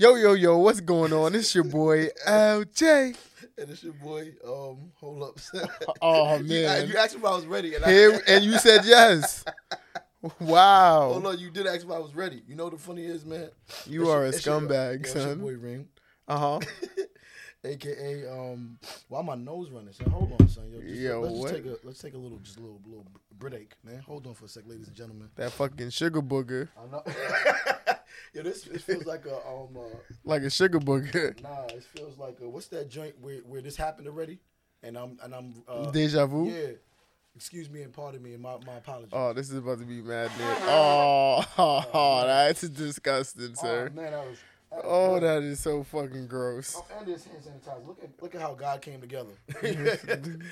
Yo, yo, yo, what's going on? It's your boy LJ. And it's your boy, um, hold up. Oh, you, I- man. you asked me if I was ready, and I Here, and you said yes. hold Wow. on, you did ask me if I was ready. You know what the funny is, man? You It's are your- a it's your- scumbag, yo, it's son. Your boy Ring, Uh huh. aka um, why my nose running? Son, hold on, son. Yo, just, uh, Yo, let's what? just take a let's take a little just a little little break, man. Hold on for a sec, ladies and gentlemen. That fucking sugar booger. I know. Yo, this it feels like a um, uh, Like a sugar booger. nah, it feels like a, what's that joint where where this happened already? And I'm and I'm uh, Deja vu. yeah. Excuse me and pardon me and my, my apologies. Oh, this is about to be madness. Oh, that's disgusting, sir. Oh, man, that was. that- Oh, that is so fucking gross. Oh, and this hand sanitizer. Look at look at how God came together.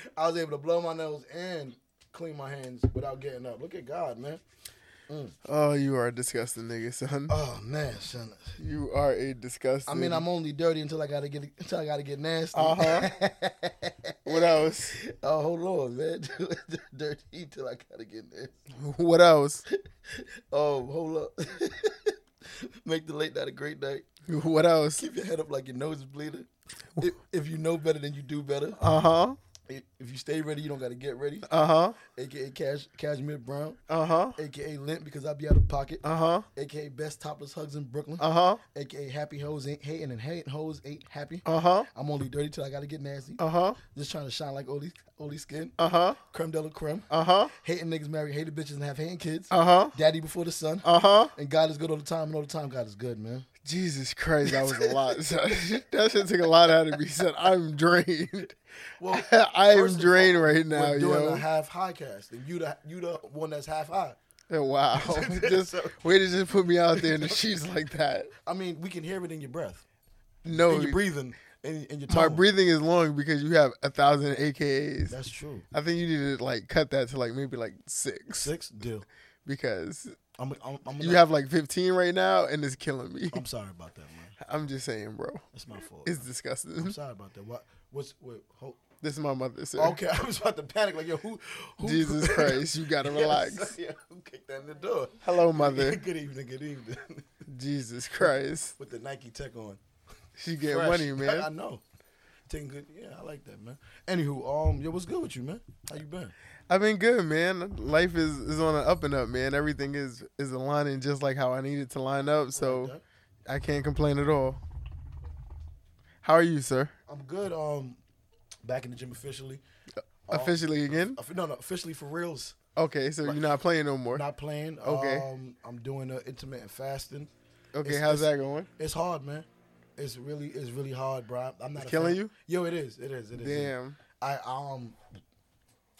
I was able to blow my nose and clean my hands without getting up. Look at God, man. Oh, you are a disgusting nigga, son. Oh man, son. You are a disgusting. I mean, I'm only dirty until I gotta get until I gotta get nasty. Uh-huh. What else? oh, hold on, man. dirty until I gotta get nasty. What else? Oh, hold up. Make the late night a great night. What else? Keep your head up like your nose is bleeding. If, if you know better, then you do better. Uh huh. If if you stay ready, you don't gotta get ready. Uh huh. AKA Cash Cashmere Brown. Uh huh. aka Lint because I be out of pocket, Uh huh. aka Best Topless Hugs in Brooklyn, Uh huh. aka Happy Hoes Ain't Hating and Hating Hoes Ain't Happy. Uh huh. I'm only dirty till I gotta get nasty. Uh huh. Just trying to shine like Oli, Oli Skin, Uh huh. Creme de la Creme, Uh huh. hating niggas, marry hated bitches, and have hating kids. Uh huh. Daddy before the son. Uh huh. and God is good all the time, and all the time God is good, man. Jesus Christ, that was a lot. son. that shit took a lot out of me. Said I'm drained. Well, I am first of drained all, right now, we're doing yo. a half high cast, and you the you the one that's half high. Wow. just way to just put me out there in the sheets like that. I mean, we can hear it in your breath, No, in your breathing, in, in your my tone. breathing is long because you have a thousand AKAs. That's true. I think you need to like cut that to like maybe like six, Six deal. because I'm I'm, I'm, you have like fifteen right now and it's killing me. I'm sorry about that, man. I'm just saying, bro. That's my fault. It's I'm disgusting. sorry about that. What? What's? Wait. Hold. This is my mother, sir. Okay, I was about to panic. Like, yo, who? who Jesus Christ, you gotta relax. Yes, yeah, who kicked down the door? Hello, mother. good evening. Good evening. Jesus Christ. With the Nike Tech on. She get Fresh. money, I man. know. Taking good. Yeah, I like that, man. Anywho, um, yo, what's good with you, man? How you been? I've been good, man. Life is, is on an up and up, man. Everything is is aligning just like how I need it to line up. So that. I can't complain at all. How are you, sir? I'm good. Um, back in the gym officially. Oh. Officially again? Offi- No, no, officially for reals. Okay, so you're not playing no more. Not playing. Okay. Um, I'm doing uh, intermittent fasting. Okay, it's- how's it's- that going? It's hard, man. It's really, it's really hard, bro. I'm not a killing fan. you? Yo, it is. It is. It is. Damn. I um,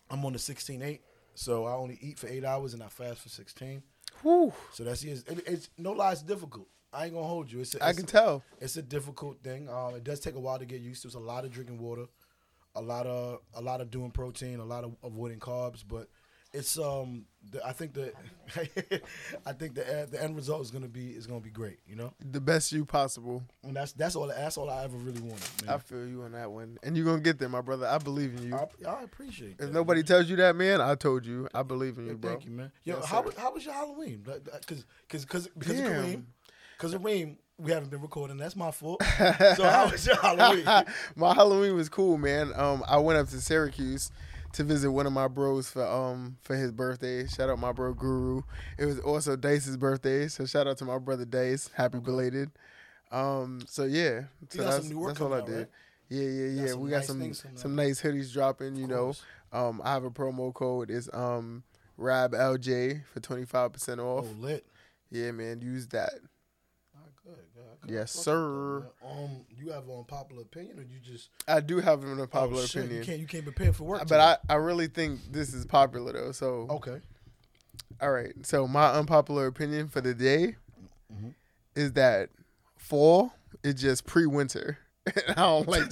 I'm on the 16-8, so I only eat for eight hours and I fast for 16. Whew. So that's it, it's no lie, it's difficult. I ain't gonna hold you. It's a, I it's can a- tell. It's a difficult thing. Um, it does take a while to get used to. It's a lot of drinking water, a lot of a lot of doing protein, a lot of avoiding carbs. But it's um, the, I think the I think the the end result is gonna be is gonna be great. You know, The best you possible. and that's that's all that's all I ever really wanted. Man. I feel you on that one. And you're gonna get there, my brother. I believe in you. I, I appreciate If that, nobody tells you that, man, I told you. I believe in you, man. bro. Thank you, man. Yo, Yes, how, sir. was- how was your Halloween? Like, that- Cause, cause, cause, because of Damn. Kareem, because of Reem, we haven't been recording. That's my fault. so how was your Halloween? Oh, my Halloween was cool, man. Um, I went up to Syracuse to visit one of my bros for um for his birthday. Shout out my bro Guru. It was also Dice's birthday, so shout out to my brother Dice. Happy belated. Um, so yeah, so got some that's, new work that's all I coming out, did. right? Yeah, yeah, yeah. some we got nice some things coming some nice hoodies dropping. You know, course. um, I have a promo code. It's um Rab LJ for twenty five percent oh, off. lit. Yeah, man, use that. Ah, good, good. I couldn't Yes, fuck with sir. that, man. Um, you have on popular opinion, or you just I do have an oh, unpopular shit, opinion. You can't, you can't prepare for work. But I, I really think this is popular though. So I okay. all right. So my unpopular opinion for the day Mhm. is that fall is just pre-winter. And I don't like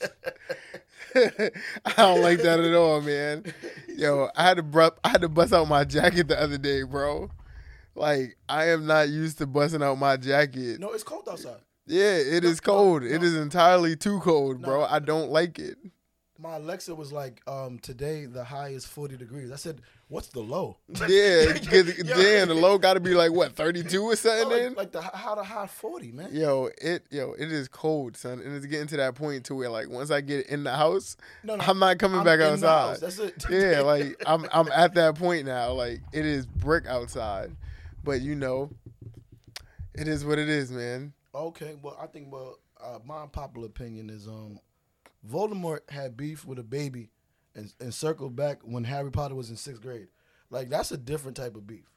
that. I don't like that at all, man. Yo, I had to bru- I had to bust out my jacket the other day, bro. Like I am not used to busting out my jacket. No, it's cold outside. Yeah, it is no, cold. no. It is entirely too cold, bro. No. I don't like it. my Alexa was like, um, "Today the high is forty degrees." I said, "What's the low?" Yeah, 'cause- Yo. Oh, damn, the low got to be like what thirty two or something. then? like, like the how the high forty, man. Yo, it yo, it is cold, son, and it's getting to that point to where like once I get in the house, No, no, I'm not coming I'm back in the outside. house. That's it. yeah, like I'm I'm at that point now. Like it is brick outside, but you know, it is what it is, man. Okay, well, I think well, uh, my popular opinion is um, Voldemort had beef with a baby, and and circled back when Harry Potter was in sixth grade. Like that's a different type of beef.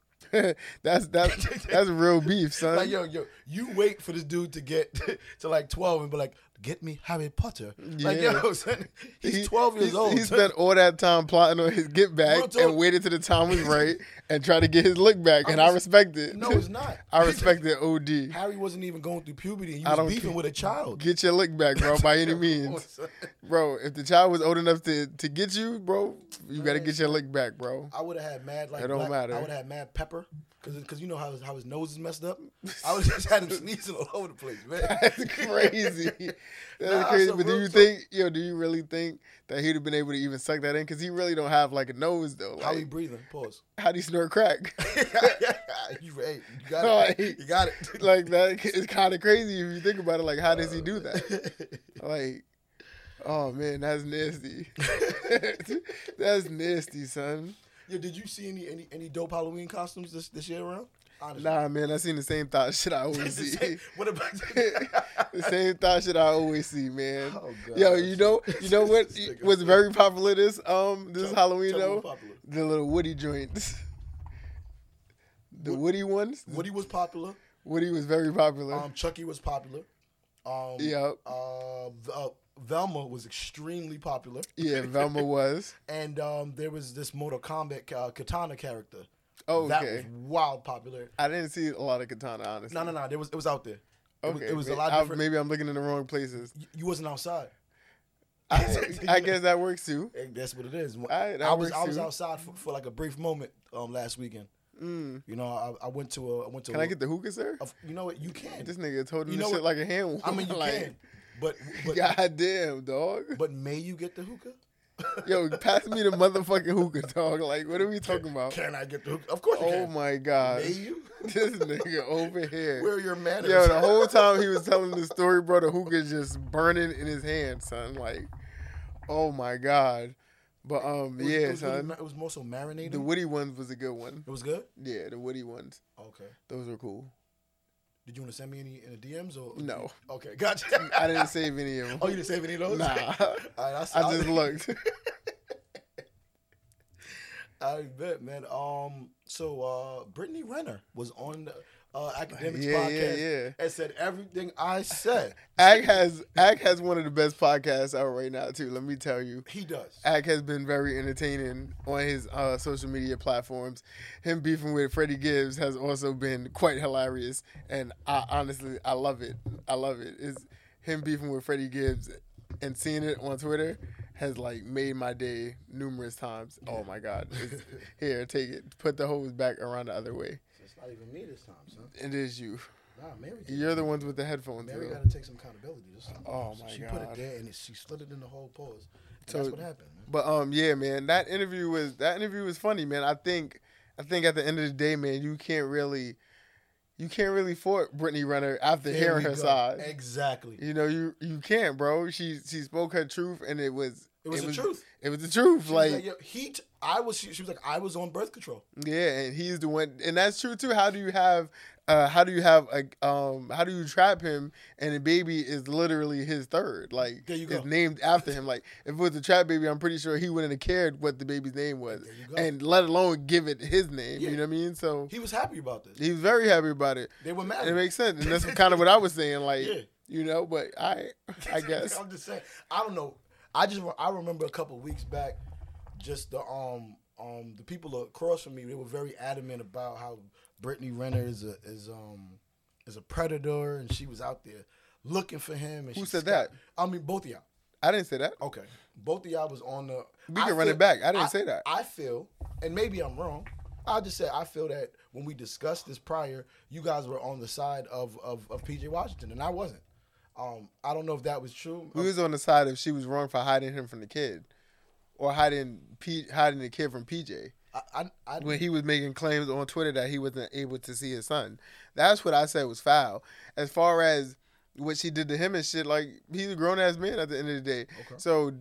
that's that's that's real beef, son. Like yo, yo, you wait for this dude to get to like twelve and be like, "Get me Harry Potter." Like Yeah. yo, son, He- he's twelve years he, old. He spent all that time plotting on his get Real back talk. and waited till the time was right and tried to get his look back, and I just- respect it. no, it's not. I respect it. Od, Harry wasn't even going through puberty. And you I was don't beefing care. with a child. get your look back, bro, by any Come on, means. son. Bro, if the child was old enough to, to get you, bro, you gotta get your lick back, bro. I would have had mad like It don't black- matter. I would have had mad pepper because because you know how his, how his nose is messed up. I would have just had him sneezing all over the place, man. That's crazy. That's Nah, crazy. so But do real you talk- think, yo, do you really think that he'd have been able to even suck that in? Because he really don't have like a nose though. how he Like, breathing? Pause. how do you snort crack? you right. You got it. Like- You got it. like that is kind of crazy if you think about it. Like, how does he do that? Like, oh man, that's nasty. that's nasty, son. Yo, did you see any any, any dope Halloween costumes this, this year around? Honestly. Nah, man, I seen the same thought shit I always It's the see. same- what about the same thought shit I always see, man. Oh, Yo, gosh. you know, you know what This nigga. was very popular this um this Halloween tell me though? what's popular. The little Woody joints. The Woody ones. Woody was popular. Woody was very popular. Um, Chucky was popular. Um, Yep. Uh, V- uh, Velma was extremely popular. yeah, Velma was. and um, there was this Mortal Kombat uh, katana character. Oh, that okay. was wild popular. I didn't see a lot of katana, honestly. No, no, no. There was it was out there. It was, Okay, it was a may- lot I- different. Maybe I'm looking in the wrong places. You- you wasn't outside. I, I guess that works too. Hey, That's what it is. right, that I was works I was too. outside for, for like a brief moment um, last weekend. Mm. You know, I, I went to a I went to Can a, I get the hookah, sir? a- you know what you can. This nigga told him You this know shit what? like a hand. I mean you like, can, but but, Goddamn, dog. but may you get the hookah? Yo, pass me the motherfucking hookah, dog. Like, what are we talking about? Can I get the hookah? Of course you Oh can. my god, May you? this nigga over Where here. are your manners? Yo, the whole time he was telling the story, bro, the hookah just burning in his hand, son. Like, oh my god. But um, It was- it yeah, was really son. ma- it was more so marinated. The Woody ones was a good one. it was good. Yeah, the Woody ones. Okay. Those were cool. Did you want to send me any in the DMs or No. Okay, gotcha. I didn't save any of them. Oh, you didn't save any of those? Nah. All right, I, I just looked. I bet, man. Um, so uh, Brittany Renner was on the uh, academics Yeah, yeah, podcast yeah. and said everything I said. Ag has Ag has one of the best podcasts out right now too. Let me tell you. He does. Ag has been very entertaining on his uh, social media platforms. Him beefing with Freddie Gibbs has also been quite hilarious, and I honestly I love it. I love it. Is him beefing with Freddie Gibbs and seeing it on Twitter has like made my day numerous times. Oh my god! It's- here, take it. Put the hose back around the other way. It's not even me this time, son. It is you. Nah, Mary. did. You're the ones with the headphones. Mary though. got to take some accountability this time. Oh, So my she put it God. there and it, she slid it in the whole pause. And So- that's what happened. Man. But um, yeah, man, that interview was that interview was funny, man. I think I think at the end of the day, man, you can't really you can't really fault Brittany Renner after There hearing we her go. side. Exactly. You know, you you can't, bro. She she spoke her truth, and it was It was the truth. It was the truth, She was like like, yo, he. T- I was. She, she was like, I was on birth control. yeah. And he's the one, and that's true too. How do you have uh how do you have a um how do you trap him and the baby is literally his third like There you it's go. named after him like if it was a trap baby i'm pretty sure he wouldn't have cared what the baby's name was There you go. and let alone give it his name. You Yeah. know what I mean? So He was happy about this. he was very happy about it. They were mad. It makes sense, and that's kind of what I was saying. Like, Yeah. you know, but I, I guess I'm just saying. I don't know. I just re- I remember a couple weeks back, just the um um the people across from me they were very adamant about how Brittany Renner is a is um is a predator and she was out there looking for him. And Who she said that? scout- I mean, both of y'all. I didn't say that. Okay, both of y'all was on the. We I can run it back. I didn't say that. I feel, and maybe I'm wrong. I just said I feel that when we discussed this prior, you guys were on the side of of, of PJ Washington, and I wasn't. Um, I don't know if that was true. Um, We was on the side of she was wrong for hiding him from the kid, or hiding P- hiding the kid from PJ I, I, I, when he was making claims on Twitter that he wasn't able to see his son. That's what I said was foul. As far as what she did to him and shit, like he's a grown ass man at the end of the day. Okay. So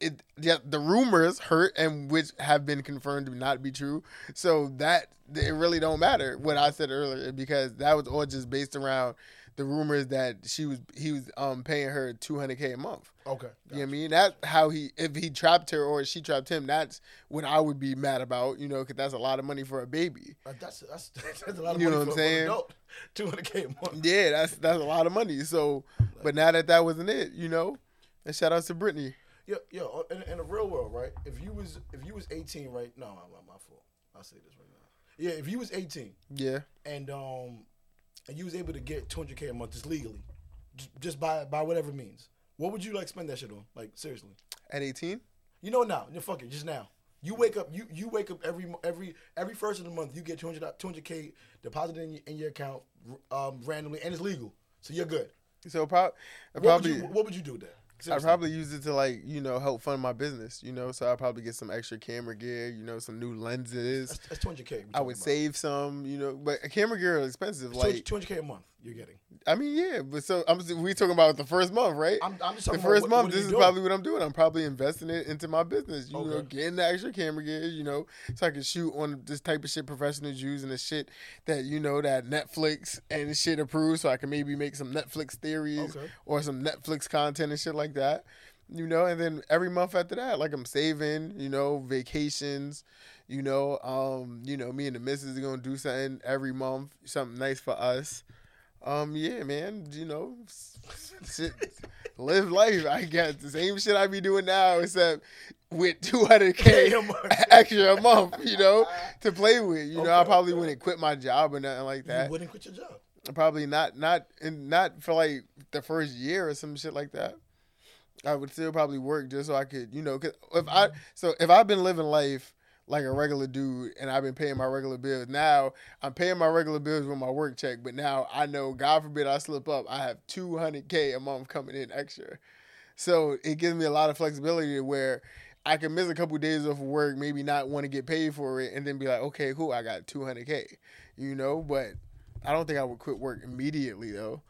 it yeah, the rumors hurt and which have been confirmed to not be true. So that it really don't matter what I said earlier because that was all just based around the rumors that she was he was um paying her 200k a month. okay. You know what I mean? That's how he, if he trapped her or she trapped him, that's what I would be mad about, you know, because that's a lot of money for a baby. Uh, that's, that's that's a lot of You money know what I'm for for an saying? adult. Two hundred k a month. Yeah, that's that's a lot of money. So, but now that that wasn't it, you know, and shout out to Brittany. Yeah, yeah. uh, In, in the real world, right? If you was if you was eighteen, right? No, my, my, my fault. I'll say this right now. Yeah, if you was eighteen Yeah, and um and you was able to get two hundred k a month just legally, just, just by by whatever means, what would you like spend that shit on? Like seriously, at 18. you know now, no, fuck it, just now. You wake up, you you wake up every mo- every every first of the month, you get 200 k deposited in your, in your account um randomly and it's legal, so you're good. So prob- I What would probably you what would you do with that? I Seriously. probably use it to like you know help fund my business. You know, so I probably get some extra camera gear. You know, some new lenses. that's, that's 200k. I would save some. You know, but camera gear is expensive. Like 200k a month you're getting. I mean, yeah, but so I'm we talking about the first month, right? I'm, I'm just talking the about first what- month, what this are you is doing? probably what I'm doing. I'm probably investing it into my business. You know, Okay. getting the extra camera gear, you know, so I can shoot on this type of shit professionals use and the shit that you know that Netflix and shit approves. So I can maybe make some Netflix theories Okay. or some Netflix content and shit like that. You know, and then every month after that, like I'm saving, you know, vacations, you know, um, you know, me and the missus are gonna do something every month, something nice for us. Um, yeah, man, you know, shit, live life. I guess the same shit I be doing now, except with 200k Yeah, Mark. extra a month, you know, to play with. You know, I Okay, probably okay. wouldn't quit my job or nothing like You that. wouldn't quit your job. Probably not, not, and not for like the first year or some shit like that. I would still probably work just so I could, you know, 'cause if I so if I've been living life like a regular dude and I've been paying my regular bills. Now I'm paying my regular bills with my work check, but now I know God forbid I slip up, I have 200k a month coming in extra. So it gives me a lot of flexibility to where I can miss a couple days off of work, maybe not want to get paid for it, and then be like, okay, cool, I got 200k, you know. But I don't think I would quit work immediately though,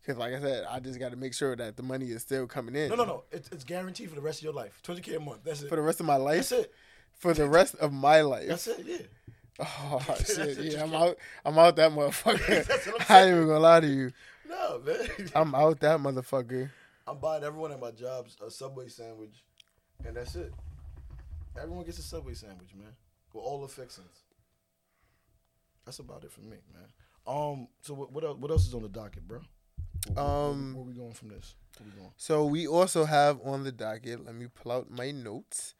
because like I said, I just got to make sure that the money is still coming in. No, no, no. It's, it's guaranteed for the rest of your life. 20k a month. That's it. For the rest of my life, That's it. for the rest of my life. That's it. Yeah. Oh That's shit! what Yeah, you I'm out. I'm out that motherfucker. That's what I'm I ain't even gonna lie to you. No, man. I'm out that motherfucker. I'm buying everyone at my job a Subway sandwich, and that's it. Everyone gets a Subway sandwich, man, with all the fixings. That's about it for me, man. Um, so what what else, what else is on the docket, bro? Where- where- Um, where, we going from this? Where we going? So we also have on the docket. Let me pull out my notes.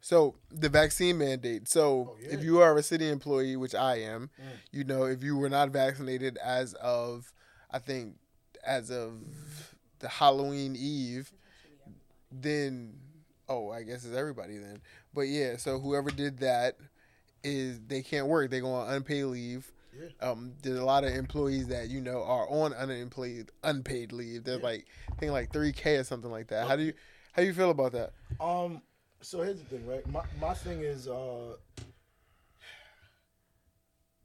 So the vaccine mandate. So Oh, yeah. if you are a city employee, which I am, Mm. you know, if you were not vaccinated as of, I think, as of the Halloween Eve, then oh, I guess it's everybody then. But yeah, so whoever did that is they can't work. They go on unpaid leave. Yeah. Um, there's a lot of employees that you know are on unemployed unpaid leave. There's Yeah. like I think like three K or something like that. How do you how do you feel about that? Um, so here's the thing, right? My my thing is, uh,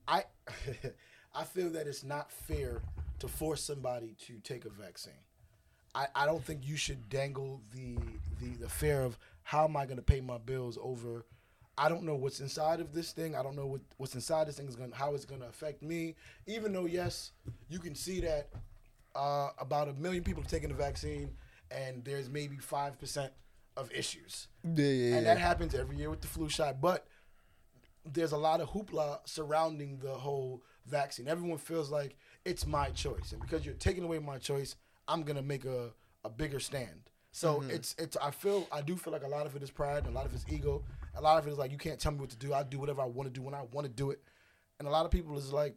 I I feel that it's not fair to force somebody to take a vaccine. I, I don't think you should dangle the, the the fear of how am I going to pay my bills over. I don't know what's inside of this thing. I don't know what, what's inside this thing is going how it's going to affect me. Even though yes, you can see that uh, about a million people have taken the vaccine, and there's maybe five percent of issues Yeah, yeah, and yeah. that happens every year with the flu shot. But there's a lot of hoopla surrounding the whole vaccine. Everyone feels like it's my choice, and because you're taking away my choice, I'm gonna make a, a bigger stand. So it's it's I feel I do feel like a lot of it is pride, and a lot of it's ego, a lot of it is like you can't tell me what to do. I do whatever I want to do when I want to do it, and a lot of people is like,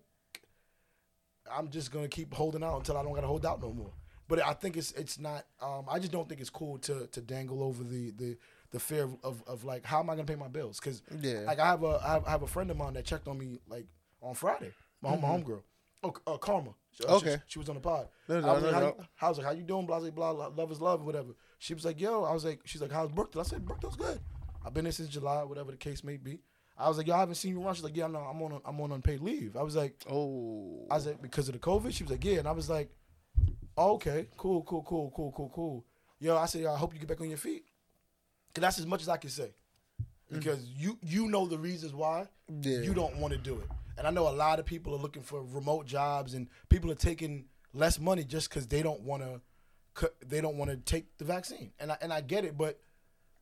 I'm just gonna keep holding out until I don't gotta hold out no more. But I think it's it's not. Um, I just don't think it's cool to to dangle over the the the fear of, of, of like how am I gonna pay my bills? Because Yeah. like I have a I have, I have a friend of mine that checked on me like on Friday, my home my homegirl, Oh, uh, Karma. Uh, she- Mm-hmm. Okay. She, was on the pod. No, no, I was like, no, how, no. You, I was like, how you doing? Blah, blah, blah, blah, love is love, whatever. She was like, yo, I was like, she's like, how's Brookdale? I said, Brookdale's good. I've been there since July, whatever the case may be. I was like, yo, I haven't seen you around. She's like, yeah, no, I'm on, I'm on unpaid leave. I was like, Oh. I was like, because of the COVID? She was like, yeah. And I was like, oh, okay, cool, cool, cool, cool, cool, cool. Yo, I said, I hope you get back on your feet. Because that's as much as I can say. Because you you know the reasons why Yeah. you don't want to do it. And I know a lot of people are looking for remote jobs and people are taking less money just because they don't want to they don't want to take the vaccine. And I, and I get it, but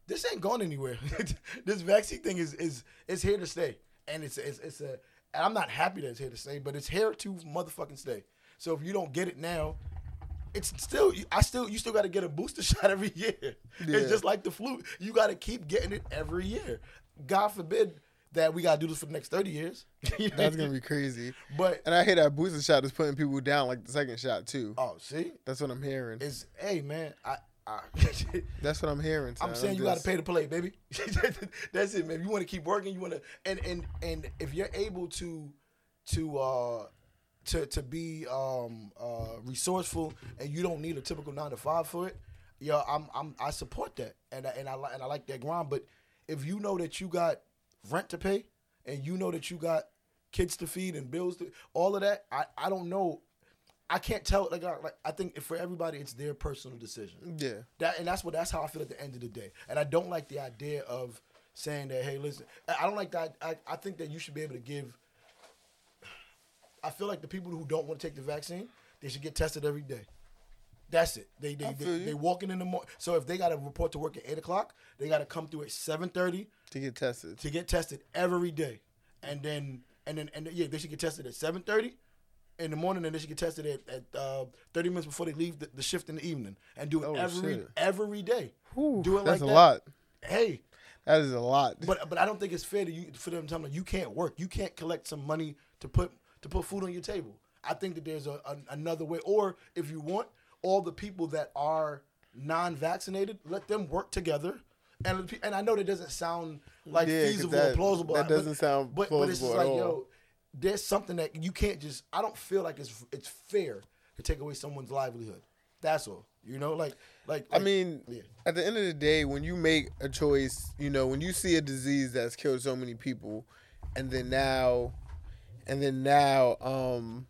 this ain't going anywhere. this vaccine thing is is is here to stay, and it's it's it's a. And I'm not happy that it's here to stay, but it's here to motherfucking stay. So if you don't get it now, it's still I still you still got to get a booster shot every year. Yeah. It's just like the flu. You got to keep getting it every year. God forbid that we got to do this for the next thirty years. That's gonna be crazy. but And I hear that booster shot is putting people down like the second shot too. oh, see, That's what I'm hearing. it's hey man, I. I That's what I'm hearing. son. I'm saying you just- got to pay to play, baby. That's it, man. You want to keep working. You want to, and and and if you're able to, to uh, to to be um uh resourceful, and you don't need a typical nine to five for it, yeah, I'm I'm I support that, and I, and I li- and I like that grind. But if you know that you got rent to pay, and you know that you got kids to feed and bills to all of that, I I don't know. I can't tell. Like, I, like I think for everybody, it's their personal decision. Yeah. That and that's what that's how I feel at the end of the day. And I don't like the idea of saying that, hey, listen, I I don't like that. I, I think that you should be able to give. I feel like the people who don't want to take the vaccine, they should get tested every day. That's it. They they, feel they, you. they walking in the morning. So if they got to report to work at eight o'clock, they got to come through at seven thirty To get tested. to get tested every day, and then and then and then, yeah, they should get tested at seven thirty in the morning, and they should get tested at, at uh, thirty minutes before they leave the, the shift in the evening, and do it Oh, every shit. every day. Whew, do it That's like a that. lot. Hey, That is a lot. but but I don't think it's fair to you for them to tell me you can't work, you can't collect some money to put to put food on your table. I think that there's a, a another way, or if you want, all the people that are non-vaccinated, let them work together. And, the pe- and I know that doesn't sound like Yeah, 'cause feasible or that- plausible. that I- doesn't sound but, But it's just plausible at like, all. yo, there's something that you can't just. I don't feel like it's it's fair to take away someone's livelihood. That's all. You know, like like. I like- mean, Yeah. at the end of the day, when you make a choice, you know, when you see a disease that's killed so many people, and then now, and then now, um,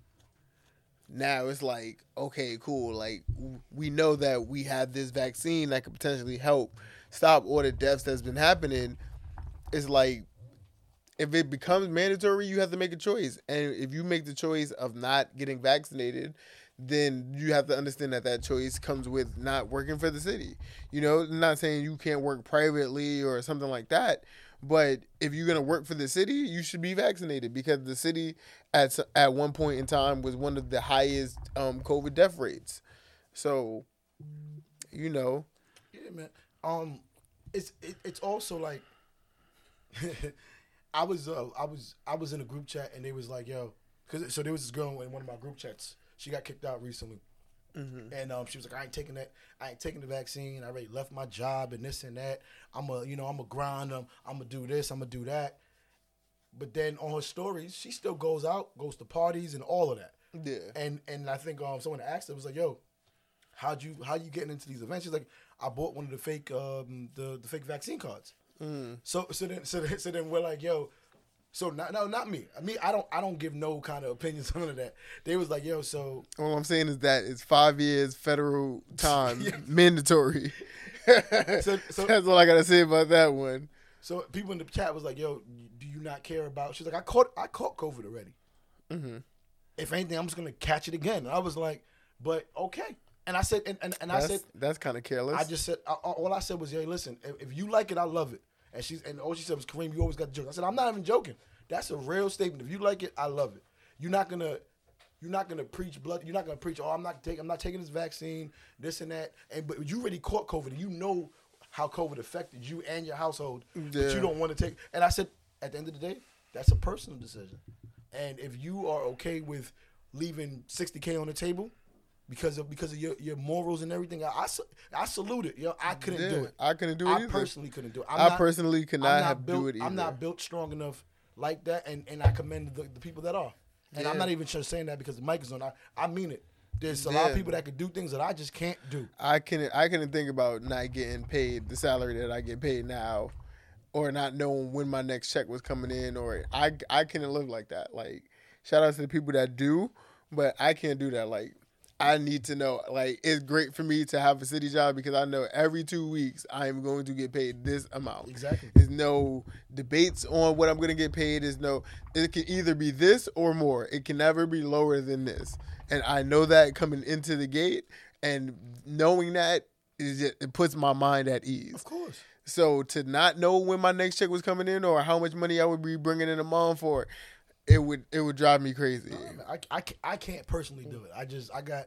now it's like, okay, cool. Like, w- we know that we have this vaccine that could potentially help stop all the deaths that's been happening. It's like, if it becomes mandatory, you have to make a choice. And if you make the choice of not getting vaccinated, then you have to understand that that choice comes with not working for the city. You know, not saying you can't work privately or something like that, but if you're going to work for the city, you should be vaccinated because the city at s- at one point in time was one of the highest um, COVID death rates. So, you know, Yeah, man. Um, it's it, it's also like, I was uh, I was I was in a group chat and they was like, yo, cause so there was this girl in one of my group chats. She got kicked out recently, and um, she was like, I ain't taking that. I ain't taking the vaccine. I already left my job and this and that. I'm a you know I'm a grind. I'm I'm gonna do this. I'm gonna do that. But then on her stories, she still goes out, goes to parties and all of that. yeah. And and I think um someone asked her was like, "Yo, how'd you how you getting into these events?" She's like, "I bought one of the fake um the the fake vaccine cards." So so then so then, so then we're like, "Yo." So not, no, not me. I mean, I don't, I don't give no kind of opinions on that. They was like, yo, so All I'm saying is that it's five years federal time mandatory. So- so- That's all I gotta say about that one. So people in the chat was like, "Yo, do you not care about?" She's like, "I caught, I caught COVID already. If anything, I'm just gonna catch it again." And I was like, "But okay." And I said, and and, and I That's, said, that's kind of careless. I just said I, I- all I said was, "Hey, listen, if, if you like it, I love it." And she's and all she said was, "Kareem, you always got the joke." I said, "I'm not even joking. That's a real statement. If you like it, I love it. You're not gonna." You're not gonna preach blood. You're not gonna preach. Oh, I'm not taking. I'm not taking this vaccine, this and that. And but you already caught COVID. And you know how COVID affected you and your household. But Yeah. you don't want to take. And I said, at the end of the day, that's a personal decision. And if you are okay with leaving 60k on the table because of because of your, your morals and everything, I, I, sa- I salute it. Yo, I couldn't Yeah, do it. I couldn't do it I either. personally couldn't do it. I'm I not- personally could not I'm have- do built, it I'm either. not built strong enough like that, and, and I commend the, the people that are. And Yeah. I'm not even just saying that because the mic is on. I, I mean it. There's a lot Yeah. of people that could do things that I just can't do. I couldn't I couldn't think about not getting paid the salary that I get paid now, or not knowing when my next check was coming in, or I I couldn't live like that. Like shout out to the people that do, but I can't do that. Like I need to know. Like it's great for me to have a city job because I know every two weeks I am going to get paid this amount. Exactly. There's no debates on what I'm going to get paid. There's no, it can either be this or more. It can never be lower than this. And I know that coming into the gate and knowing that is just, it puts my mind at ease. Of course. So to not know when my next check was coming in or how much money I would be bringing in a month for, it would it would drive me crazy. I, mean, I, I, ca- I can't personally do it. I just I got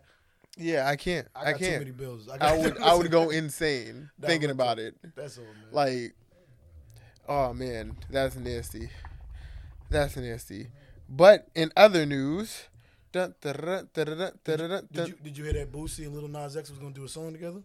Yeah, I can't. I got I too can't. many bills. I, got I would I would go insane That thinking would- about it. That's all, man. Like, oh man, that's nasty. That's nasty. But in other news, dun, da-da-da, da-da-da, da-da-da, did you did you hear that Boosie and Little Nas X was gonna do a song together?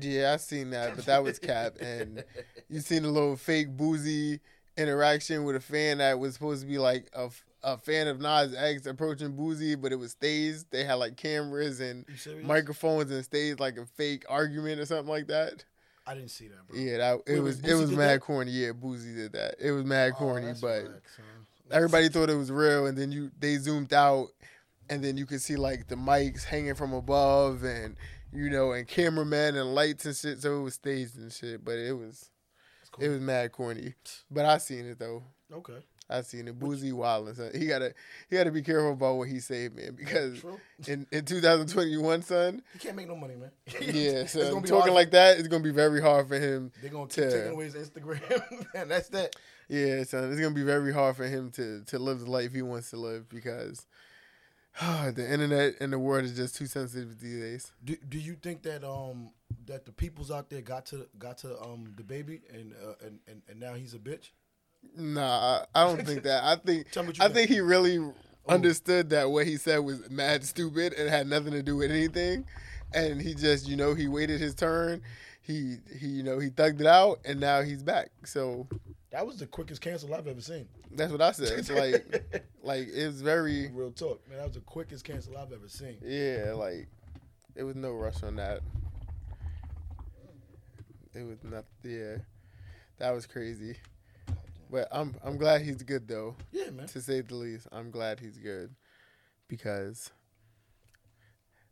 yeah, I seen that, but that was cap. And you seen a little fake boozy interaction with a fan that was supposed to be like a, f- a fan of Nas X approaching Boozy, but it was staged. They had like cameras and You serious? microphones and staged like a fake argument or something like that. I didn't see that, bro. Yeah, that it Wait, was wait, it Boosie was did mad that? corny. Yeah, Boozy did that. It was mad Oh, corny, that's but whack, son. everybody thought it was real and then you they zoomed out and then you could see like the mics hanging from above and you know and cameramen and lights and shit so it was staged and shit but it was That's cool. it was mad corny but i seen it though okay. i seen it boozy wild and son. he gotta he gotta be careful about what he say man because True. in, in 2021 son He can't make no money, man. yeah It's son, gonna be talking hard. like that it's gonna be very hard for him they're gonna keep Yeah. taking away his Instagram, and that's that. Yeah, son, it's gonna be very hard for him to to live the life he wants to live because the internet and the world is just too sensitive these days. Do, do you think that um that the peoples out there got to got to um the baby and uh, and, and and now he's a bitch? Nah, I I don't think that. I think Tell me what you I think he really understood that what he said was mad stupid and had nothing to do with anything, and he just you know he waited his turn. He he you know he thugged it out and now he's back. So That was the quickest cancel I've ever seen. that's what I said. It's like like it's very Real talk, man. That was the quickest cancel I've ever seen. Yeah, like it was no rush on that. It was not yeah. That was crazy. But I'm I'm glad he's good though, Yeah, man. to say the least. I'm glad he's good. Because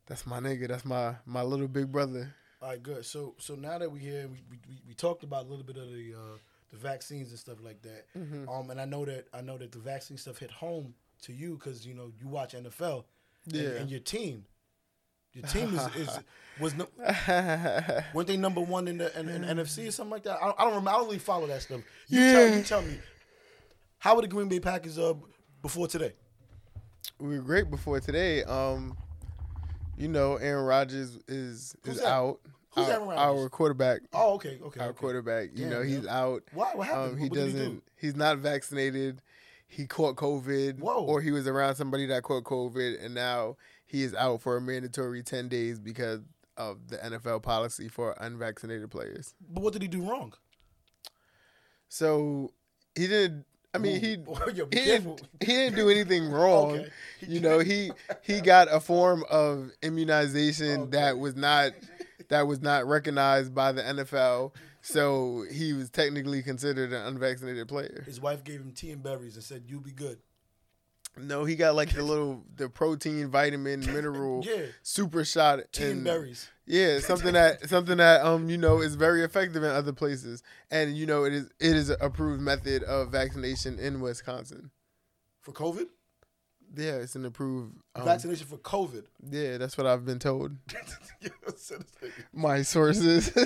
that's my nigga, that's my my little big brother. All right, good. So so now that we here, we we, we- we talked about a little bit of the uh, the vaccines and stuff like that. Mm-hmm. Um, and I know that I know that the vaccine stuff hit home to you because you know you watch NFL. and- Yeah. And, your team, your team is, is was no, weren't they number one in the in, in NFC or something like that? I don't, I don't remember. I don't really follow that stuff. You tell Yeah. you tell me, how were the Green Bay Packers uh before today? we were great before today. Um, you know, Aaron Rodgers is Who's is that? out. Who's our, Aaron Rodgers? Our quarterback. Oh, okay, okay. our okay. quarterback. You Damn, know, he's man. out. Why? What happened? Um, he What did he doesn't. do? He's not vaccinated. He caught COVID, Whoa. or he was around somebody that caught COVID, and now he is out for a mandatory ten days because of the NFL policy for unvaccinated players. But what did he do wrong? So he didn't. I mean, he Ooh, yo, be he didn't, careful. he didn't do anything wrong. Okay. You know, he he got a form of immunization that was not that was not recognized by the NFL. So he was technically considered an unvaccinated player. His wife gave him tea and berries and said, "You'll be good." No, he got like the little the protein, vitamin, mineral Yeah. super shot Tea and berries. Yeah, something that something that um you know is very effective in other places, and you know it is it is an approved method of vaccination in Wisconsin. For COVID? Yeah, it's an approved. Um, Vaccination for COVID. yeah, that's what I've been told. Yo, son of a nigga. My sources.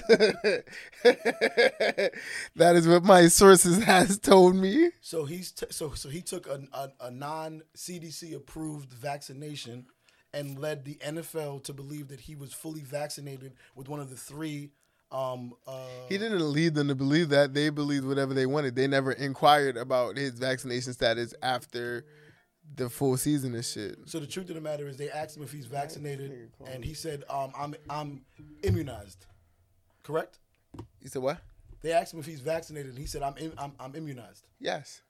that is what my sources has told me. so he's t- so so he took a, a, a non CDC approved vaccination and led the NFL to believe that he was fully vaccinated with one of the three. Um, uh, He didn't lead them to believe that. They believed whatever they wanted. They never inquired about his vaccination status after the full season and shit. so the truth of the matter is, they asked him if he's vaccinated, and he said, um, "I'm I'm immunized." Correct? You said what? They asked him if he's vaccinated, and he said, "I'm im- I'm, I'm immunized." Yes.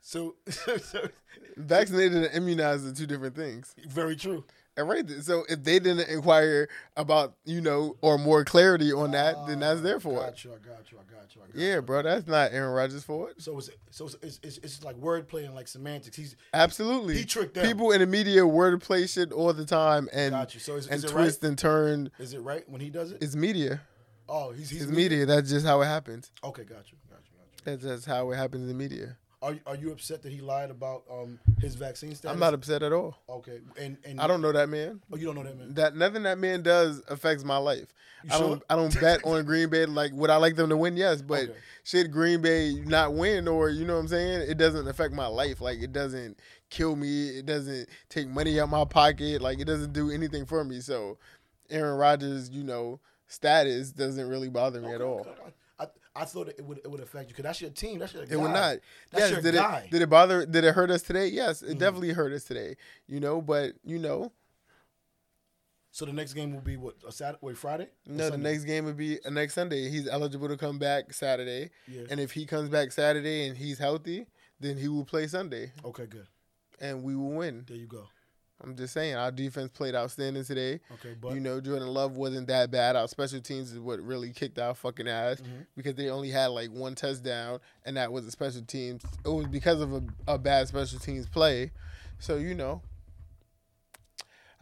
So, so Vaccinated and immunized are two different things. very true. And right. th- So if they didn't inquire about, you know, or more clarity on that, then that's Oh, their fault. Got you. I got you. I got you. I got Yeah, You. bro, that's not Aaron Rodgers' fault. So it's so it's it's, it's, it's like wordplay and like semantics. He's Absolutely. He tricked them. People in the media wordplay shit all the time and got you. So is, and is it right? twist and turn. Is it right when he does it? It's media. oh, he's he's It's media. That's just how it happens. Okay, got you. Got you. Got you. That's just how it happens in media. Are you- are you upset that he lied about um his vaccine status? I'm not upset at all. Okay, and and I don't know that man. Oh, you don't know that man. That nothing that man does affects my life. You I don't sure? I don't bet on Green Bay like would I like them to win? Yes, but Okay. should Green Bay not win or you know what I'm saying? It doesn't affect my life. Like it doesn't kill me. It doesn't take money out my pocket. Like it doesn't do anything for me. So Aaron Rodgers, you know, status doesn't really bother me at Okay, all. okay, okay. I, I thought it would it would affect you because that's your team. That's your. It would guy. not. That's yes, your did guy. Mm. it did it bother did it hurt us today? Yes, it definitely hurt us today. You know, but you know, So the next game will be what a Saturday, wait, Friday. Or No, the Sunday? next game would be uh, next Sunday. He's eligible to come back Saturday, Yeah. and if he comes back Saturday and he's healthy, then he will play Sunday, Okay, good. and we will win. There you go. I'm just saying, our defense played outstanding today. Okay, but you know, Jordan Love wasn't that bad. Our special teams is what really kicked our fucking ass Mhm. because they only had like one touchdown, and that was a special teams. It was because of a, a bad special teams play. So you know,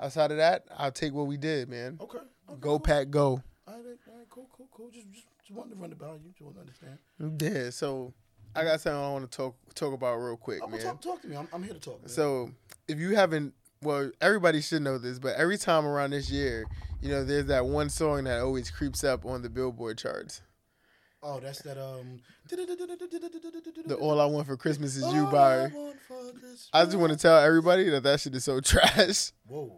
outside of that, I'll take what we did, man. okay, Oh, okay, Go cool. pack, go. All right, all right, cool, cool, cool. Just just, just wanted to run about you. Just want to understand. Yeah, so I got something I want to talk talk about real quick, Oh, well, man. talk, talk to me. I'm, I'm here to talk. Man. So if you haven't, well, everybody should know this, but every time around this year, you know, there's that one song that always creeps up on the Billboard charts. oh, that's that um. The The "All I Want for Christmas Is Oh, You" by. I just want to tell everybody that that shit is so trash. Whoa.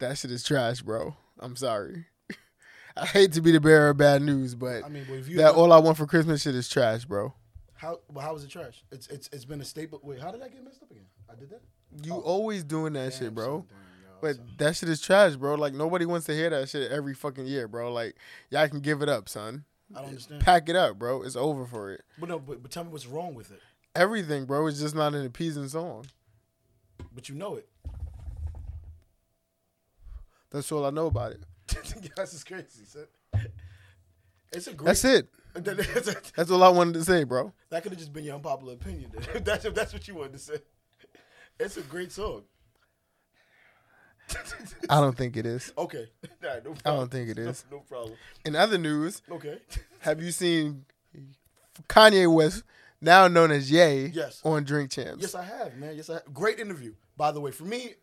That shit is trash, bro. I'm sorry. I hate to be the bearer of bad news, but I mean, but if you that "All I Want for Christmas" shit is trash, bro. how well, how is it trash? It's it's it's been a staple. Wait, how did I get messed up again? I did that. You Oh. always doing that Damn, shit, bro. son, damn, yo, But son. that shit is trash, bro. Like nobody wants to hear that shit every fucking year, bro. Like y'all can give it up, son. I don't understand. Pack it up, bro. It's over for it. But no, but, but tell me what's wrong with it. Everything, bro, is just not an appeasing song. But you know it. That's all I know about it. this is crazy. Son. It's a great. That's it. That- That's all I wanted to say, bro. that could have just been your unpopular opinion. then. that's if that's what you wanted to say. It's a great song. I don't think it is. okay. All right, no problem. I don't think it is. No, no problem. In other news, Okay. have you seen Kanye West, now known as Ye, Yes. on Drink Champs? yes, I have, man. Yes, I have. great interview. By the way, for me,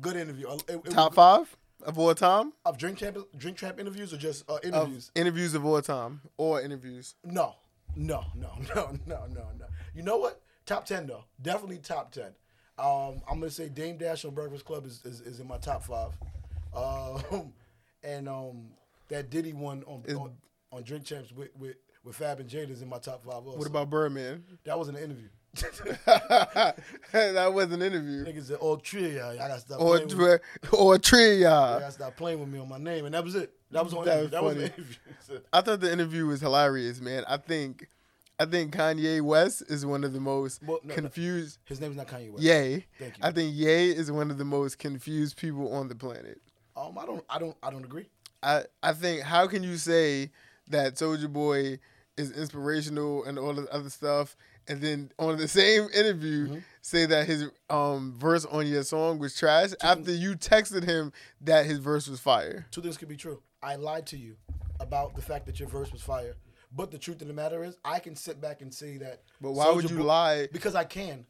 good interview. I- It, it Top five of all time? of drink trap, drink trap interviews or just uh, Of interviews? interviews of all time. Or interviews. No, no, no, no, no, no, no. You know what? Top ten though, definitely top ten. Um, I'm gonna say Dame Dash on Breakfast Club is, is, is in my top five, um, and um, that Diddy one on on, on Drink Champs with, with with Fab and Jada is in my top five. Also. What about Birdman? that? Was an interview. that was an interview. Niggas said, "Oh, Tria, y'all gotta stop or playing with, dre- or y'all tria. gotta stop playing with me on my name," and that was it. That was on. That interview. was That was, funny. an interview. I thought the interview was hilarious, man. I think, I think Kanye West is one of the most Well, no, no. confused. His name's not Kanye West. Yay! Thank you. I think Yay is one of the most confused people on the planet. Um, I don't, I don't, I don't agree. I I think how can you say that Soulja Boy is inspirational and all this other stuff, and then on the same interview Mm-hmm. say that his um verse on your song was trash after you texted him that his verse was fire. two things could be true. I lied to you about the fact that your verse was fire, but the truth of the matter is, I can sit back and say that. But why would Soulja you Boy- lie? Because I can.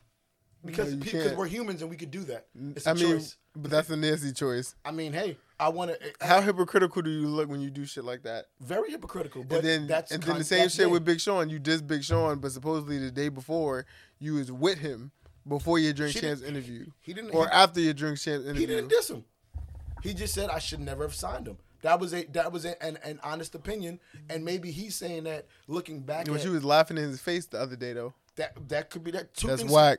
Because you pe- can't. Mm, because we're humans and we could do that. It's a I mean, choice. but that's a nasty choice. I mean, hey, I want to. How hypocritical do you look when you do shit like that? Very hypocritical, but And then, that's and then the con- same that's shit me. with Big Sean. You dissed Big Sean, but supposedly the day before you was with him before your drink She champs didn't- interview, he didn't- or he- after your drink champs He interview. didn't diss him. He just said I should never have signed him. That was a that was a, an an honest opinion, and maybe he's saying that looking back But at you was laughing in his face the other day though. that that could be that. Two That's things- whack.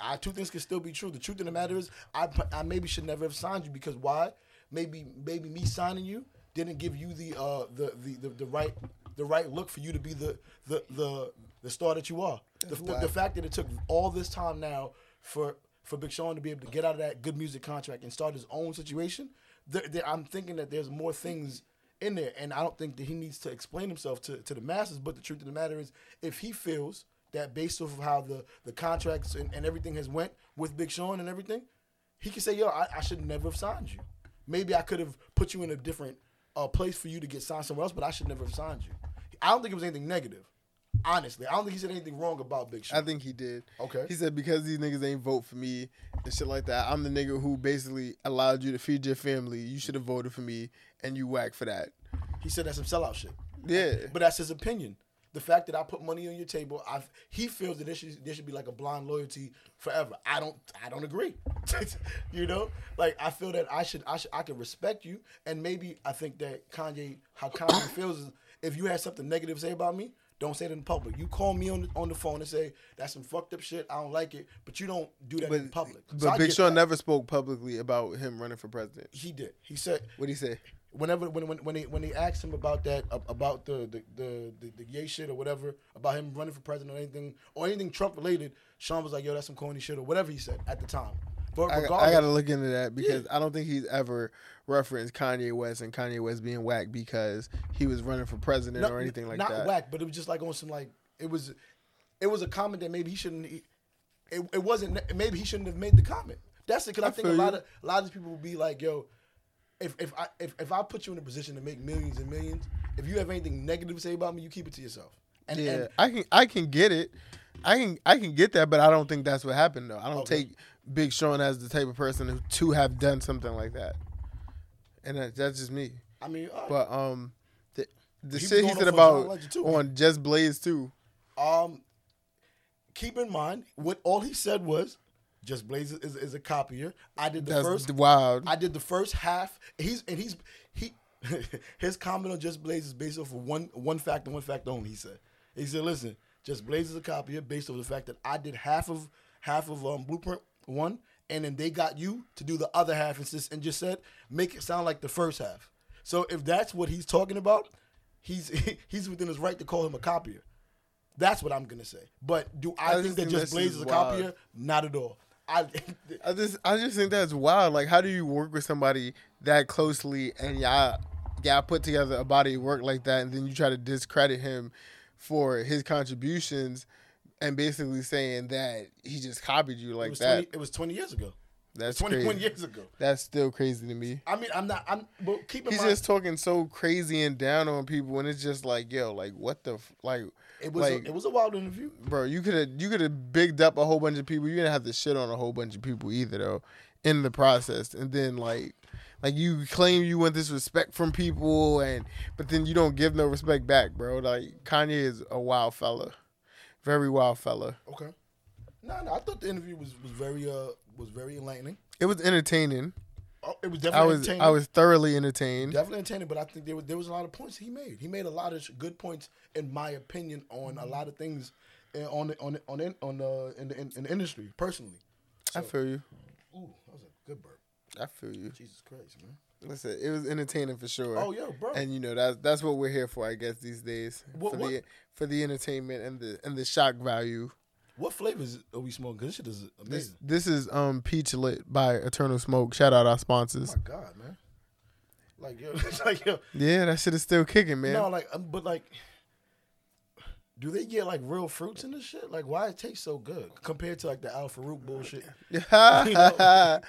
I two things can still be true. The truth of the matter is, I p- I maybe should never have signed you because why? Maybe maybe me signing you didn't give you the uh the the, the, the right the right look for you to be the the the the star that you are. The, the, the fact that it took all this time now for for Big Sean to be able to get out of that good music contract and start his own situation, there, there, I'm thinking that there's more things in there, and I don't think that he needs to explain himself to, to the masses. But the truth of the matter is, if he feels that based off of how the the contracts and, and everything has went with Big Sean and everything, he can say, "Yo, I, I should never have signed you. Maybe I could have put you in a different uh, place for you to get signed somewhere else, but I should never have signed you." I don't think it was anything negative. Honestly, I don't think he said anything wrong about Big Sean. I think he did. Okay. He said because these niggas ain't vote for me and shit like that. I'm the nigga who basically allowed you to feed your family. You should have voted for me, and you whack for that. he said that's some sellout shit. Yeah. But that's his opinion. The fact that I put money on your table, I he feels that there should there should be like a blind loyalty forever. I don't I don't agree. you know, like I feel that I should I should I can respect you, and maybe I think that Kanye how Kanye feels is if you had something negative to say about me, don't say it in public. You call me on the, on the phone and say that's some fucked up shit. I don't like it, but you don't do that in public. So But I Big get Sean that. never spoke publicly about him running for president. he did. He said What would he say? whenever when when when they when they asked him about that ab- about the the the, the, the yay shit or whatever about him running for president or anything or anything Trump related, Sean was like, "Yo, that's some corny shit" or whatever he said at the time. But I, regardless, I gotta look into that because I don't think he's ever referenced Kanye West and Kanye West being whack because he was running for president not- or anything like not that. whack, but it was just like on some like it was, it was a comment that maybe he shouldn't. He, it, it wasn't maybe he shouldn't have made the comment. That's it. Because I, think a feel lot you. of a lot of people will be like, "Yo, if if I if, if I put you in a position to make millions and millions, if you have anything negative to say about me, you keep it to yourself." And, Yeah, and I can I can get it. I can I can get that, but I don't think that's what happened though. I don't Okay. take Big Sean as the type of person who- to have done something like that, and that, that's just me. I mean, oh, all right. But um, the, the He was shit he going said off on John about Legend, too. on Just Blaze too. Um, keep in mind what all he said was, "Just Blaze is, is a copier." I did the That's first. wild. I did the first half. He's and he's he. His comment on Just Blaze is based off of one one fact and one fact only. He said. He said, "Listen, Just Blaze is a copier based off the fact that I did half of half of um, Blueprint one, and then they got you to do the other half and just and just said make it sound like the first half. So if that's what he's talking about, he's he's within his right to call him a copier. That's what I'm gonna say. But do I, I just think that think Just that Blaze shit's is a wild. copier? Not at all. I I just I just think that's wild. Like, how do you work with somebody that closely and y'all y'all put together a body of work like that, and then you try to discredit him for his contributions and basically saying that he just copied you it like was that? 20, it was 20 years ago. that's 21 crazy. years ago. That's still crazy to me. I mean, I'm not. I'm. But keep in He's mind, just talking so crazy and down on people, and it's just like, yo, like what the f- like. it was like- a, it was a wild interview. bro, you could have you could have bigged up a whole bunch of people. You didn't have to shit on a whole bunch of people either, though, in the process. And then like, like you claim you want this respect from people, and but then you don't give no respect back, bro. Like Kanye is a wild fella, very wild fella. Okay. No, no. I thought the interview was was very uh was very enlightening. It was entertaining. Oh, it was I definitely was entertaining. I was thoroughly entertained. definitely entertaining. But I think there was there was a lot of points he made. He made a lot of sh- good points, in my opinion, on a lot of things, uh, on the, on the, on the, on the in the in, in the industry personally. I feel you. Ooh, that was a good burp. I feel you. Jesus Christ, man. Listen, it was entertaining for sure. Oh, yo, bro. And you know that's that's what we're here for, I guess, these days. What- for the what- for the entertainment and the and the shock value. What flavors are we smoking? 'Cause This shit is This amazing. this is um Peach Lit by Eternal Smoke. Shout out our sponsors. Oh my God, man. Like yo, it's like yo. Yeah, that shit is still kicking, man. No, like, um, but like, do they get like real fruits in this shit? Like, why it tastes so good compared to like the Al Farouk bullshit? that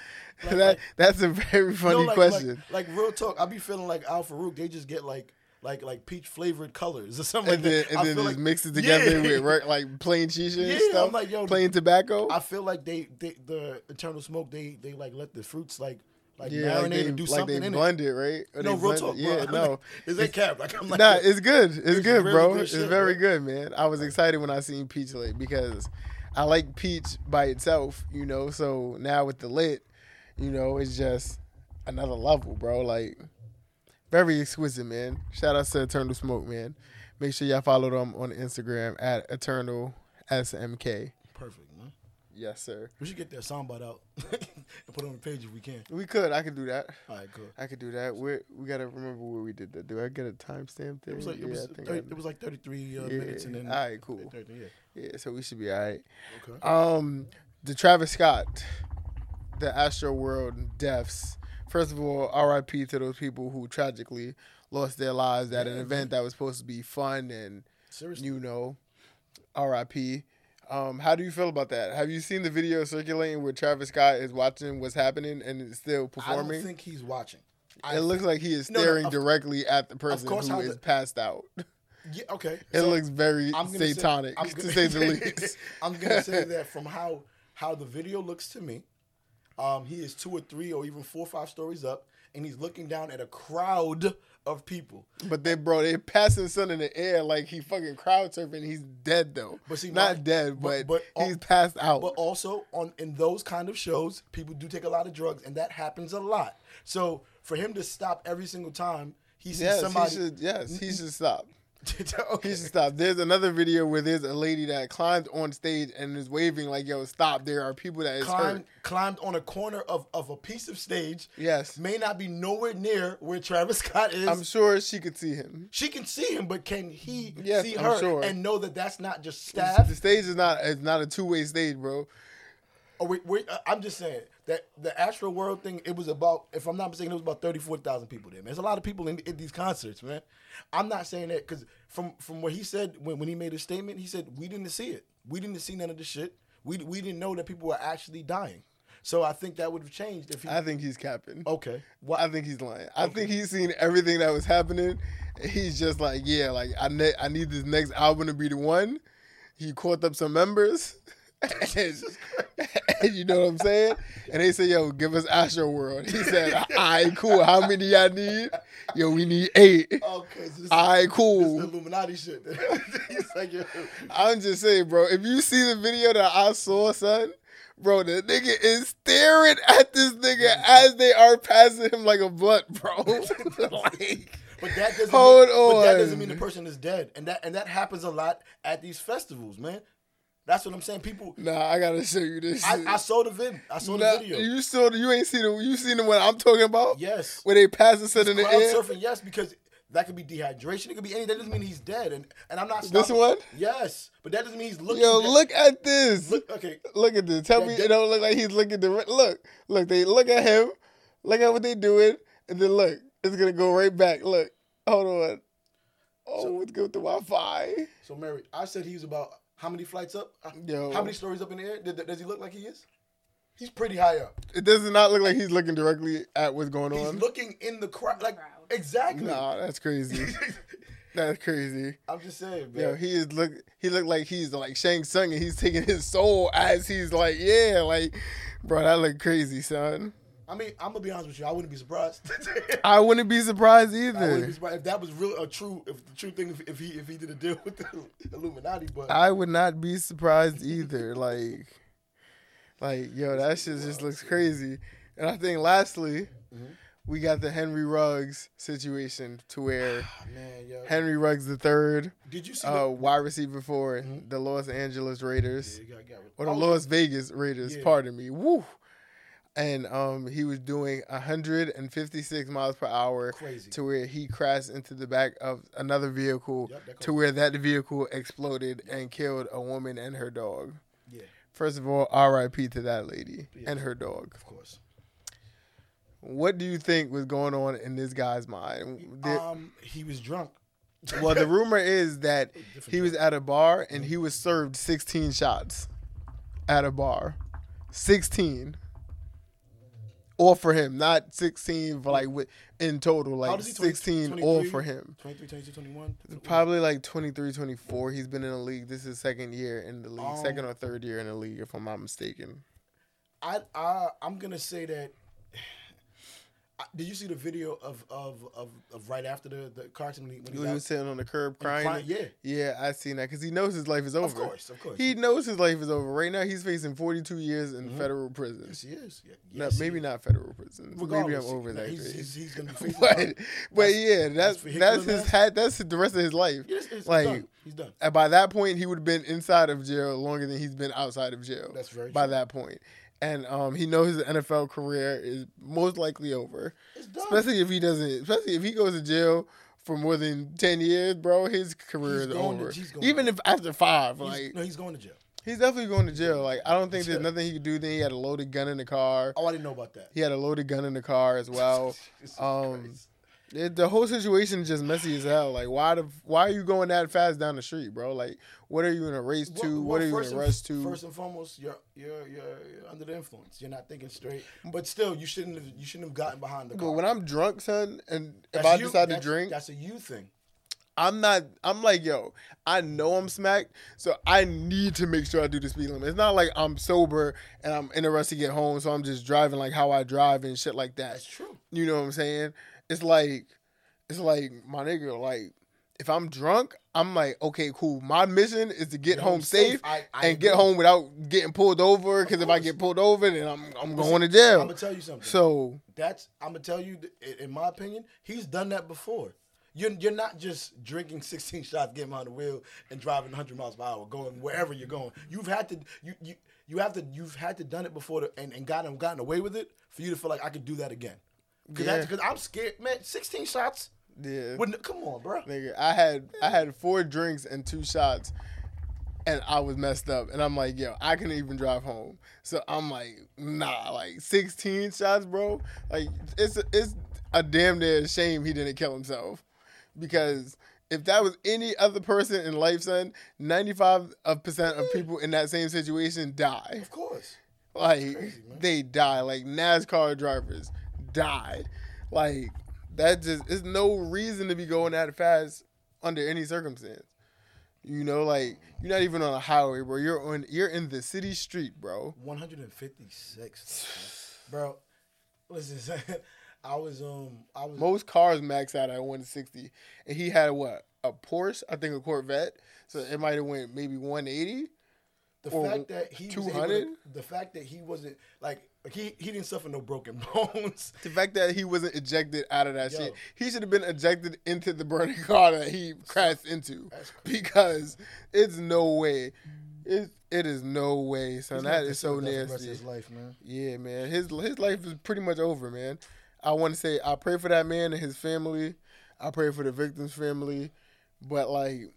like- that's a very No, funny like, question. Like, like, real talk, I be feeling like Al Farouk. They just get like like like peach flavored colors or something and like then, that. I and then feel just like- mix it together Yeah. with right, like plain cheese and Yeah, stuff, I'm like, yo, plain tobacco. I feel like they, they the Eternal Smoke. They they like let the fruits like like yeah, marinate like they, and do like something they in it. blend it, right? Or No, they real blend talk, it. Yeah, bro. no, is that cap? Like I'm like, nah, it's good. It's, good, really bro. good it's shit, very bro. good, man. I was excited when I seen Peach Lit because I like peach by itself, you know. So now with the lit, you know, it's just another level, bro. Like very exquisite, man. Shout out to Eternal Smoke, man. Make sure y'all follow them on Instagram at Eternal SMK. perfect, man. Yes, sir. We should get that soundbite out and put it on the page if we can. We could. I could do that. All right, cool. I could do that. We we gotta remember where we did that. Do I get a timestamp there? It was like it, yeah, was, I think I 30, know. it was like 33 uh, Yeah, minutes and then alright, cool. 33, yeah. yeah. So we should be all right. Okay. Um, the Travis Scott, the Astro World deaths. First of all, R.I.P. to those people who tragically lost their lives at an Yeah, event that was supposed to be fun and Seriously. you know, R.I.P. Um, how do you feel about that? Have you seen the video circulating where Travis Scott is watching what's happening and is still I don't performing? think he's watching. I, It looks like he is No, no, staring of- directly at the person course who how is the- passed out. yeah, okay. It so looks very I'm gonna say- satanic, I'm to gonna- say the least. I'm gonna say that from how how the video looks to me, um, he is two or three or even four or five stories up, and he's looking down at a crowd of people. But then, bro, they passing son in the air like he fucking crowd surfing. He's dead though. But see, not my- dead, but, but- but all- he's passed out. But also on in those kind of shows, people do take a lot of drugs, and that happens a lot. So for him to stop every single time he sees yes, somebody, he should. Yes, he should stop. He okay. should stop. There's another video where there's a lady that climbs on stage and is waving like, "Yo, stop!" There are people that is climbed hurt. climbed on a corner of, of a piece of stage. Yes. may not be nowhere near where Travis Scott is. I'm sure she could see him. she can see him, but can he Yes, see I'm her sure. and know that that's not just The staff? stage is not is not a two way stage, bro. Or wait, wait, uh, I'm just saying that the Astro World thing. It was about, if I'm not mistaken, it was about thirty four thousand people there. Man, there's a lot of people in, in these concerts, man. I'm not saying that because from from what he said when, when he made his statement, he said we didn't see it. We didn't see none of this shit. We we didn't know that people were actually dying. So I think that would have changed if he. I think he's capping. okay. Well, I think he's lying. I think he's seen everything that was happening. and He's just like, yeah, like I ne- I need this next album to be the one. He caught up some members, and, and you know what I'm saying. And they say, yo, give us Astro World. He said, all right, cool. How many I need? Yo, we need eight. Okay. so this- All right, It's the cool. Illuminati shit. It's like, yo. I'm just saying, bro. If you see the video that I saw, son, bro, the nigga is staring at this nigga as they are passing him like a blunt, bro. like. But that doesn't Hold mean, But that doesn't on. mean the person is dead, and that and that happens a lot at these festivals, man. That's what I'm saying. People, Nah, I gotta show you this. I, shit. I saw the vid, I saw Nah, the video. You still you ain't seen the you seen the one I'm talking about? yes, Where they pass the set in the crowd air. surfing, yes, because that could be dehydration. It could be anything. That doesn't mean he's dead, and and I'm not. This stopping- one? yes, but that doesn't mean he's looking. Yo, dead. look at this. Look, look, okay. at this. Tell Yeah, me that- it don't look like he's looking direct. Look, look. They look at him. Look at what they doing, and then look. It's gonna go right back. Look, hold on. Oh, So- it's going through Wi-Fi. So Mary, I said he was about how many flights up? Yo. How many stories up in the air? Did- does he look like he is? He's pretty high up. It does not look like he's looking directly at what's going He's on. looking in the crowd, like Crowd. exactly. nah, that's crazy. that's crazy. I'm just saying, man. Yo, he is look. He looked like he's like Shang Tsung, and he's taking his soul as he's like, yeah, like, bro, that look crazy, son. I mean, I'm gonna be honest with you. I wouldn't be surprised. I I wouldn't be surprised wouldn't be either. surprised if that was real a true if the true thing if, if he if he did a deal with the Illuminati. But I would not be surprised either. Like, like, yo, that shit just looks crazy. And I think lastly, Mm-hmm. we got the Henry Ruggs situation to where ah, man, yo, Henry Ruggs the third, did you see? uh, wide receiver for Mm-hmm. the Los Angeles Raiders. the, Yeah, got- Oh, got- or the I was- Las Vegas Raiders, Yeah. pardon me. Woo. And um, he was doing 156 miles per hour Crazy. to where he crashed into the back of another vehicle Yep, that to where that vehicle exploded and killed a woman and her dog. Yeah, First of all, RIP to that lady Yeah. and her dog. of course. What do you think was going on in this guy's mind? There- Um, he was drunk. well, the rumor is that Different he was at a bar and he was served 16 shots at a bar. 16. All for him, not 16 for like wi- in total, How like does he? 20 16 all 23? for him. 23, 22, 21. Probably like 23, 24. He's been in the league. This is second year in the league, Um, second or third year in the league, if I'm not mistaken. I I I'm gonna say that I- Did you see the video of of of, of right after the the cartoon when he, when he When he was got, sitting on the curb crying. crying, yeah. Yeah, I seen that because he knows his life is over. Of course, of course. Mm-hmm. He knows his life is over. Right now, he's facing 42 years in federal prison. yes, he is. Yeah, No, yes, he maybe is. not federal prison. Maybe I'm Regardless, over no, that. He's, grade. he's, he's gonna be facing but it. but yeah, that's for his that's little his ass. hat. That's the rest of his life. Yes, it's- he's like done. he's done. and by that point, he would have been inside of jail longer than he's been outside of jail. That's very by true. that point, and um, he knows his NFL career is most likely over. It's done. Especially if he doesn't. Especially if he goes to jail. For more than ten years, bro, his career He's is going to- over. he's going Even to- if after five, He's- like no, he's going to jail. he's definitely going to jail. Like I don't think there's Yeah. nothing he could do. Then he had a loaded gun in the car. Oh, I didn't know about that. He had a loaded gun in the car as well. Jesus um, Christ. it- the whole situation is just messy as hell. Like, why the why are you going that fast down the street, bro? Like, what are you in a race to? Well- what well, are you first in a and- rush to? First and foremost, you're you're you're you're under the influence. You're not thinking straight. But still, you shouldn't have you shouldn't have gotten behind the car. Mm. but when I'm drunk, son, and if That's I you- decide to that's- drink, that's a you thing. I'm not. I'm like, yo, I know I'm smacked, so I need to make sure I do the speed limit. It's not like I'm sober and I'm interested to get home, so I'm just driving like how I drive and shit like that. That's true. You know what I'm saying? It's like, it's like my nigga. Like, if I'm drunk, I'm like, okay, cool. My mission is to get home, safe, I- I and get agree. home without getting pulled over. Because if I course. get pulled over, then I'm I'm going to I'm jail. gonna tell you something. So that's I'm gonna tell you. th- i- In my opinion, he's done that before. You're, you're not just drinking 16 shots, getting behind the wheel, and driving 100 miles per hour, going wherever you're going. You've had to you you you have to you've had to done it before to, and and gotten gotten away with it for you to feel like I could do that again. Because Yeah. I'm scared, man. 16 shots. yeah, Wouldn't, come on, bro. nigga, I had I had four drinks and two shots. And I was messed up, and I'm like, yo, I couldn't even drive home. So I'm like, nah, like 16 shots, bro. Like it's a, it's a damn near shame he didn't kill himself, because if that was any other person in life, son, 95 of percent of people in that same situation die. Of course. Like crazy, man. they die. Like NASCAR drivers die. Like that just is no reason to be going that fast under any circumstance. You know, like you're not even on a highway, bro. You're on you're in the city street, bro. 156, bro. Listen, I was um, I was Most cars max out at 160, and he had what a Porsche, I think a Corvette. So it might have went maybe 180. the or fact that he was able to- 200? the fact that he wasn't like like, he he didn't suffer no broken bones. The fact that he wasn't ejected out of that Yo. shit, he should have been ejected into the burning car that he crashed into. That's crazy. Because it's no way, it it is no way, son. He's that gonna is so consider that for the rest nasty. of his life, man. Yeah, man. His his life is pretty much over, man. I want to say I pray for that man and his family. I pray for the victim's family, but like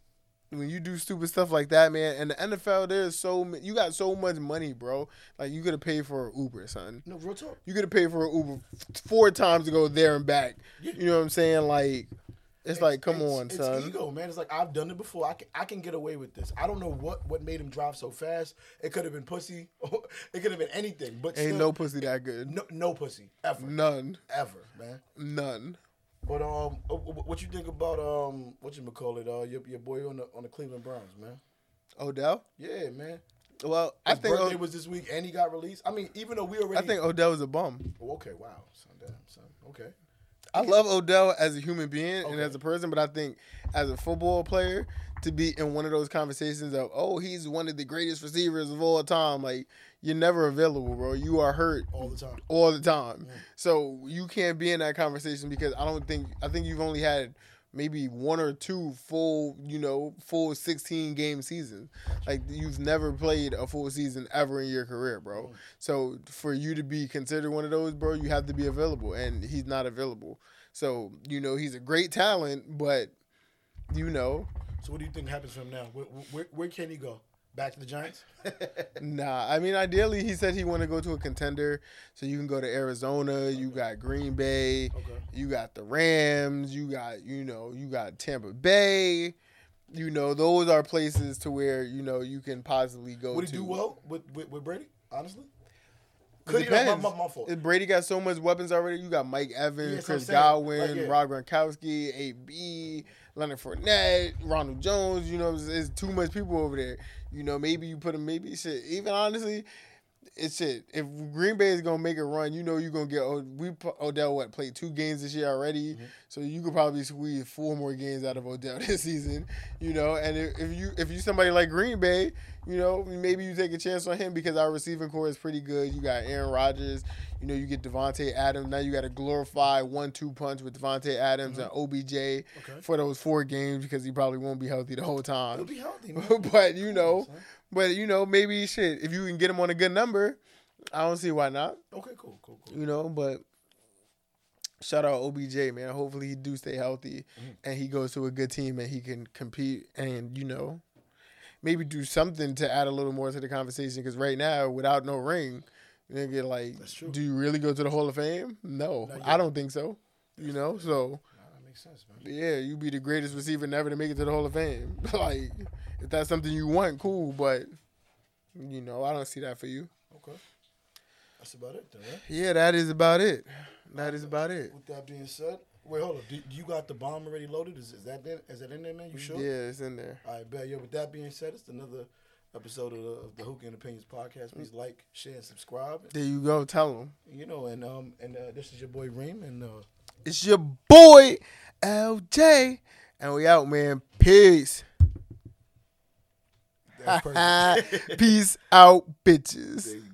when you do stupid stuff like that, man, and the NFL, there's so ma- you got so much money, bro. Like you could have paid for an Uber, son. No real talk. You could have paid for an Uber f- four times to go there and back. Yeah. You know what I'm saying? Like, it's, like, come it's- on, it's son. ego, man. It's like I've done it before. I can, I can get away with this. I don't know what what made him drive so fast. It could have been pussy. it could have been anything. But Ain't still, no pussy that good. no no pussy ever None. ever, man. None. But um, uh, wh- what you think about um, what you call it? Uh, your, your boy on the on the Cleveland Browns, man. Odell? Yeah, man. Well, I His think birthday O- was this week, and he got released. I mean, even though we already, I think Odell was a bum. Oh, okay, wow, son, damn, son, okay. I love Odell as a human being and Okay. as a person, but I think as a football player, to be in one of those conversations of, oh, he's one of the greatest receivers of all time. Like, you're never available, bro. You are hurt All the time. all the time. So you can't be in that conversation because I don't think I think you've only had maybe one or two full, you know, full 16 game seasons. Like you've never played a full season ever in your career, bro. So for you to be considered one of those, bro, you have to be available and he's not available. So, you know, he's a great talent, but you know, So, what do you think happens from now? Where, where, where can he go? Back to the Giants? Nah, I mean, ideally, he said he want to go to a contender, so you can go to Arizona. You got Green Bay. Okay. You got the Rams. You got you know you got Tampa Bay. You know those are places to where you know you can possibly go. Would to. he do well with with, with Brady? Honestly, It could he? No, depends. my, my, my fault. If Brady got so much weapons already. You got Mike Evans, Yeah, that's what I'm Chris saying. Godwin, Like, yeah. Rob Gronkowski, AB, Leonard Fournette, Ronald Jones. You know, it's, it's too much people over there. You know, maybe you put him. Maybe shit. Even honestly, it's it. If Green Bay is gonna make a run, you know you're gonna get. Oh, we pro- Odell what played two games this year already, Mm-hmm. so you could probably squeeze four more games out of Odell this season. You know, and if, if you if you somebody like Green Bay, you know maybe you take a chance on him because our receiving core is pretty good. You got Aaron Rodgers, you know you get Devonte Adams. Now you got to glorify one-two punch with Devonte Adams and OBJ for those four games because he probably won't be healthy the whole time. He'll be healthy. Man. but you know, but you know, maybe shit. If you can get him on a good number, I don't see why not. Okay, cool, cool, cool. You know, but shout out OBJ, man. Hopefully he do stay healthy Mm-hmm. and he goes to a good team and he can compete and you know, maybe do something to add a little more to the conversation. Because right now, without no ring, nigga, like, That's true. do you really go to the Hall of Fame? No, Not I don't think so. You know, so. Nah, that makes sense, man. Yeah, you be the greatest receiver never to make it to the Hall of Fame. like, if that's something you want, cool, but you know, I don't see that for you. Okay. That's about it, though. Right? Yeah, that is about it. That is about it. With that being said, wait, hold up. Do, you got the bomb already loaded? Is, is that it? Is that in there, man? You sure? Yeah, it's in there. All right, bet. Yeah, with that being said, it's another episode of the, of the Hookah and Opinions podcast. Please like, share, and subscribe. There you go. Tell them. You know, and um, and uh, this is your boy Reem, and uh, It's your boy, LJ, and we out, man. Peace. that's perfect. Peace out, bitches. there you go.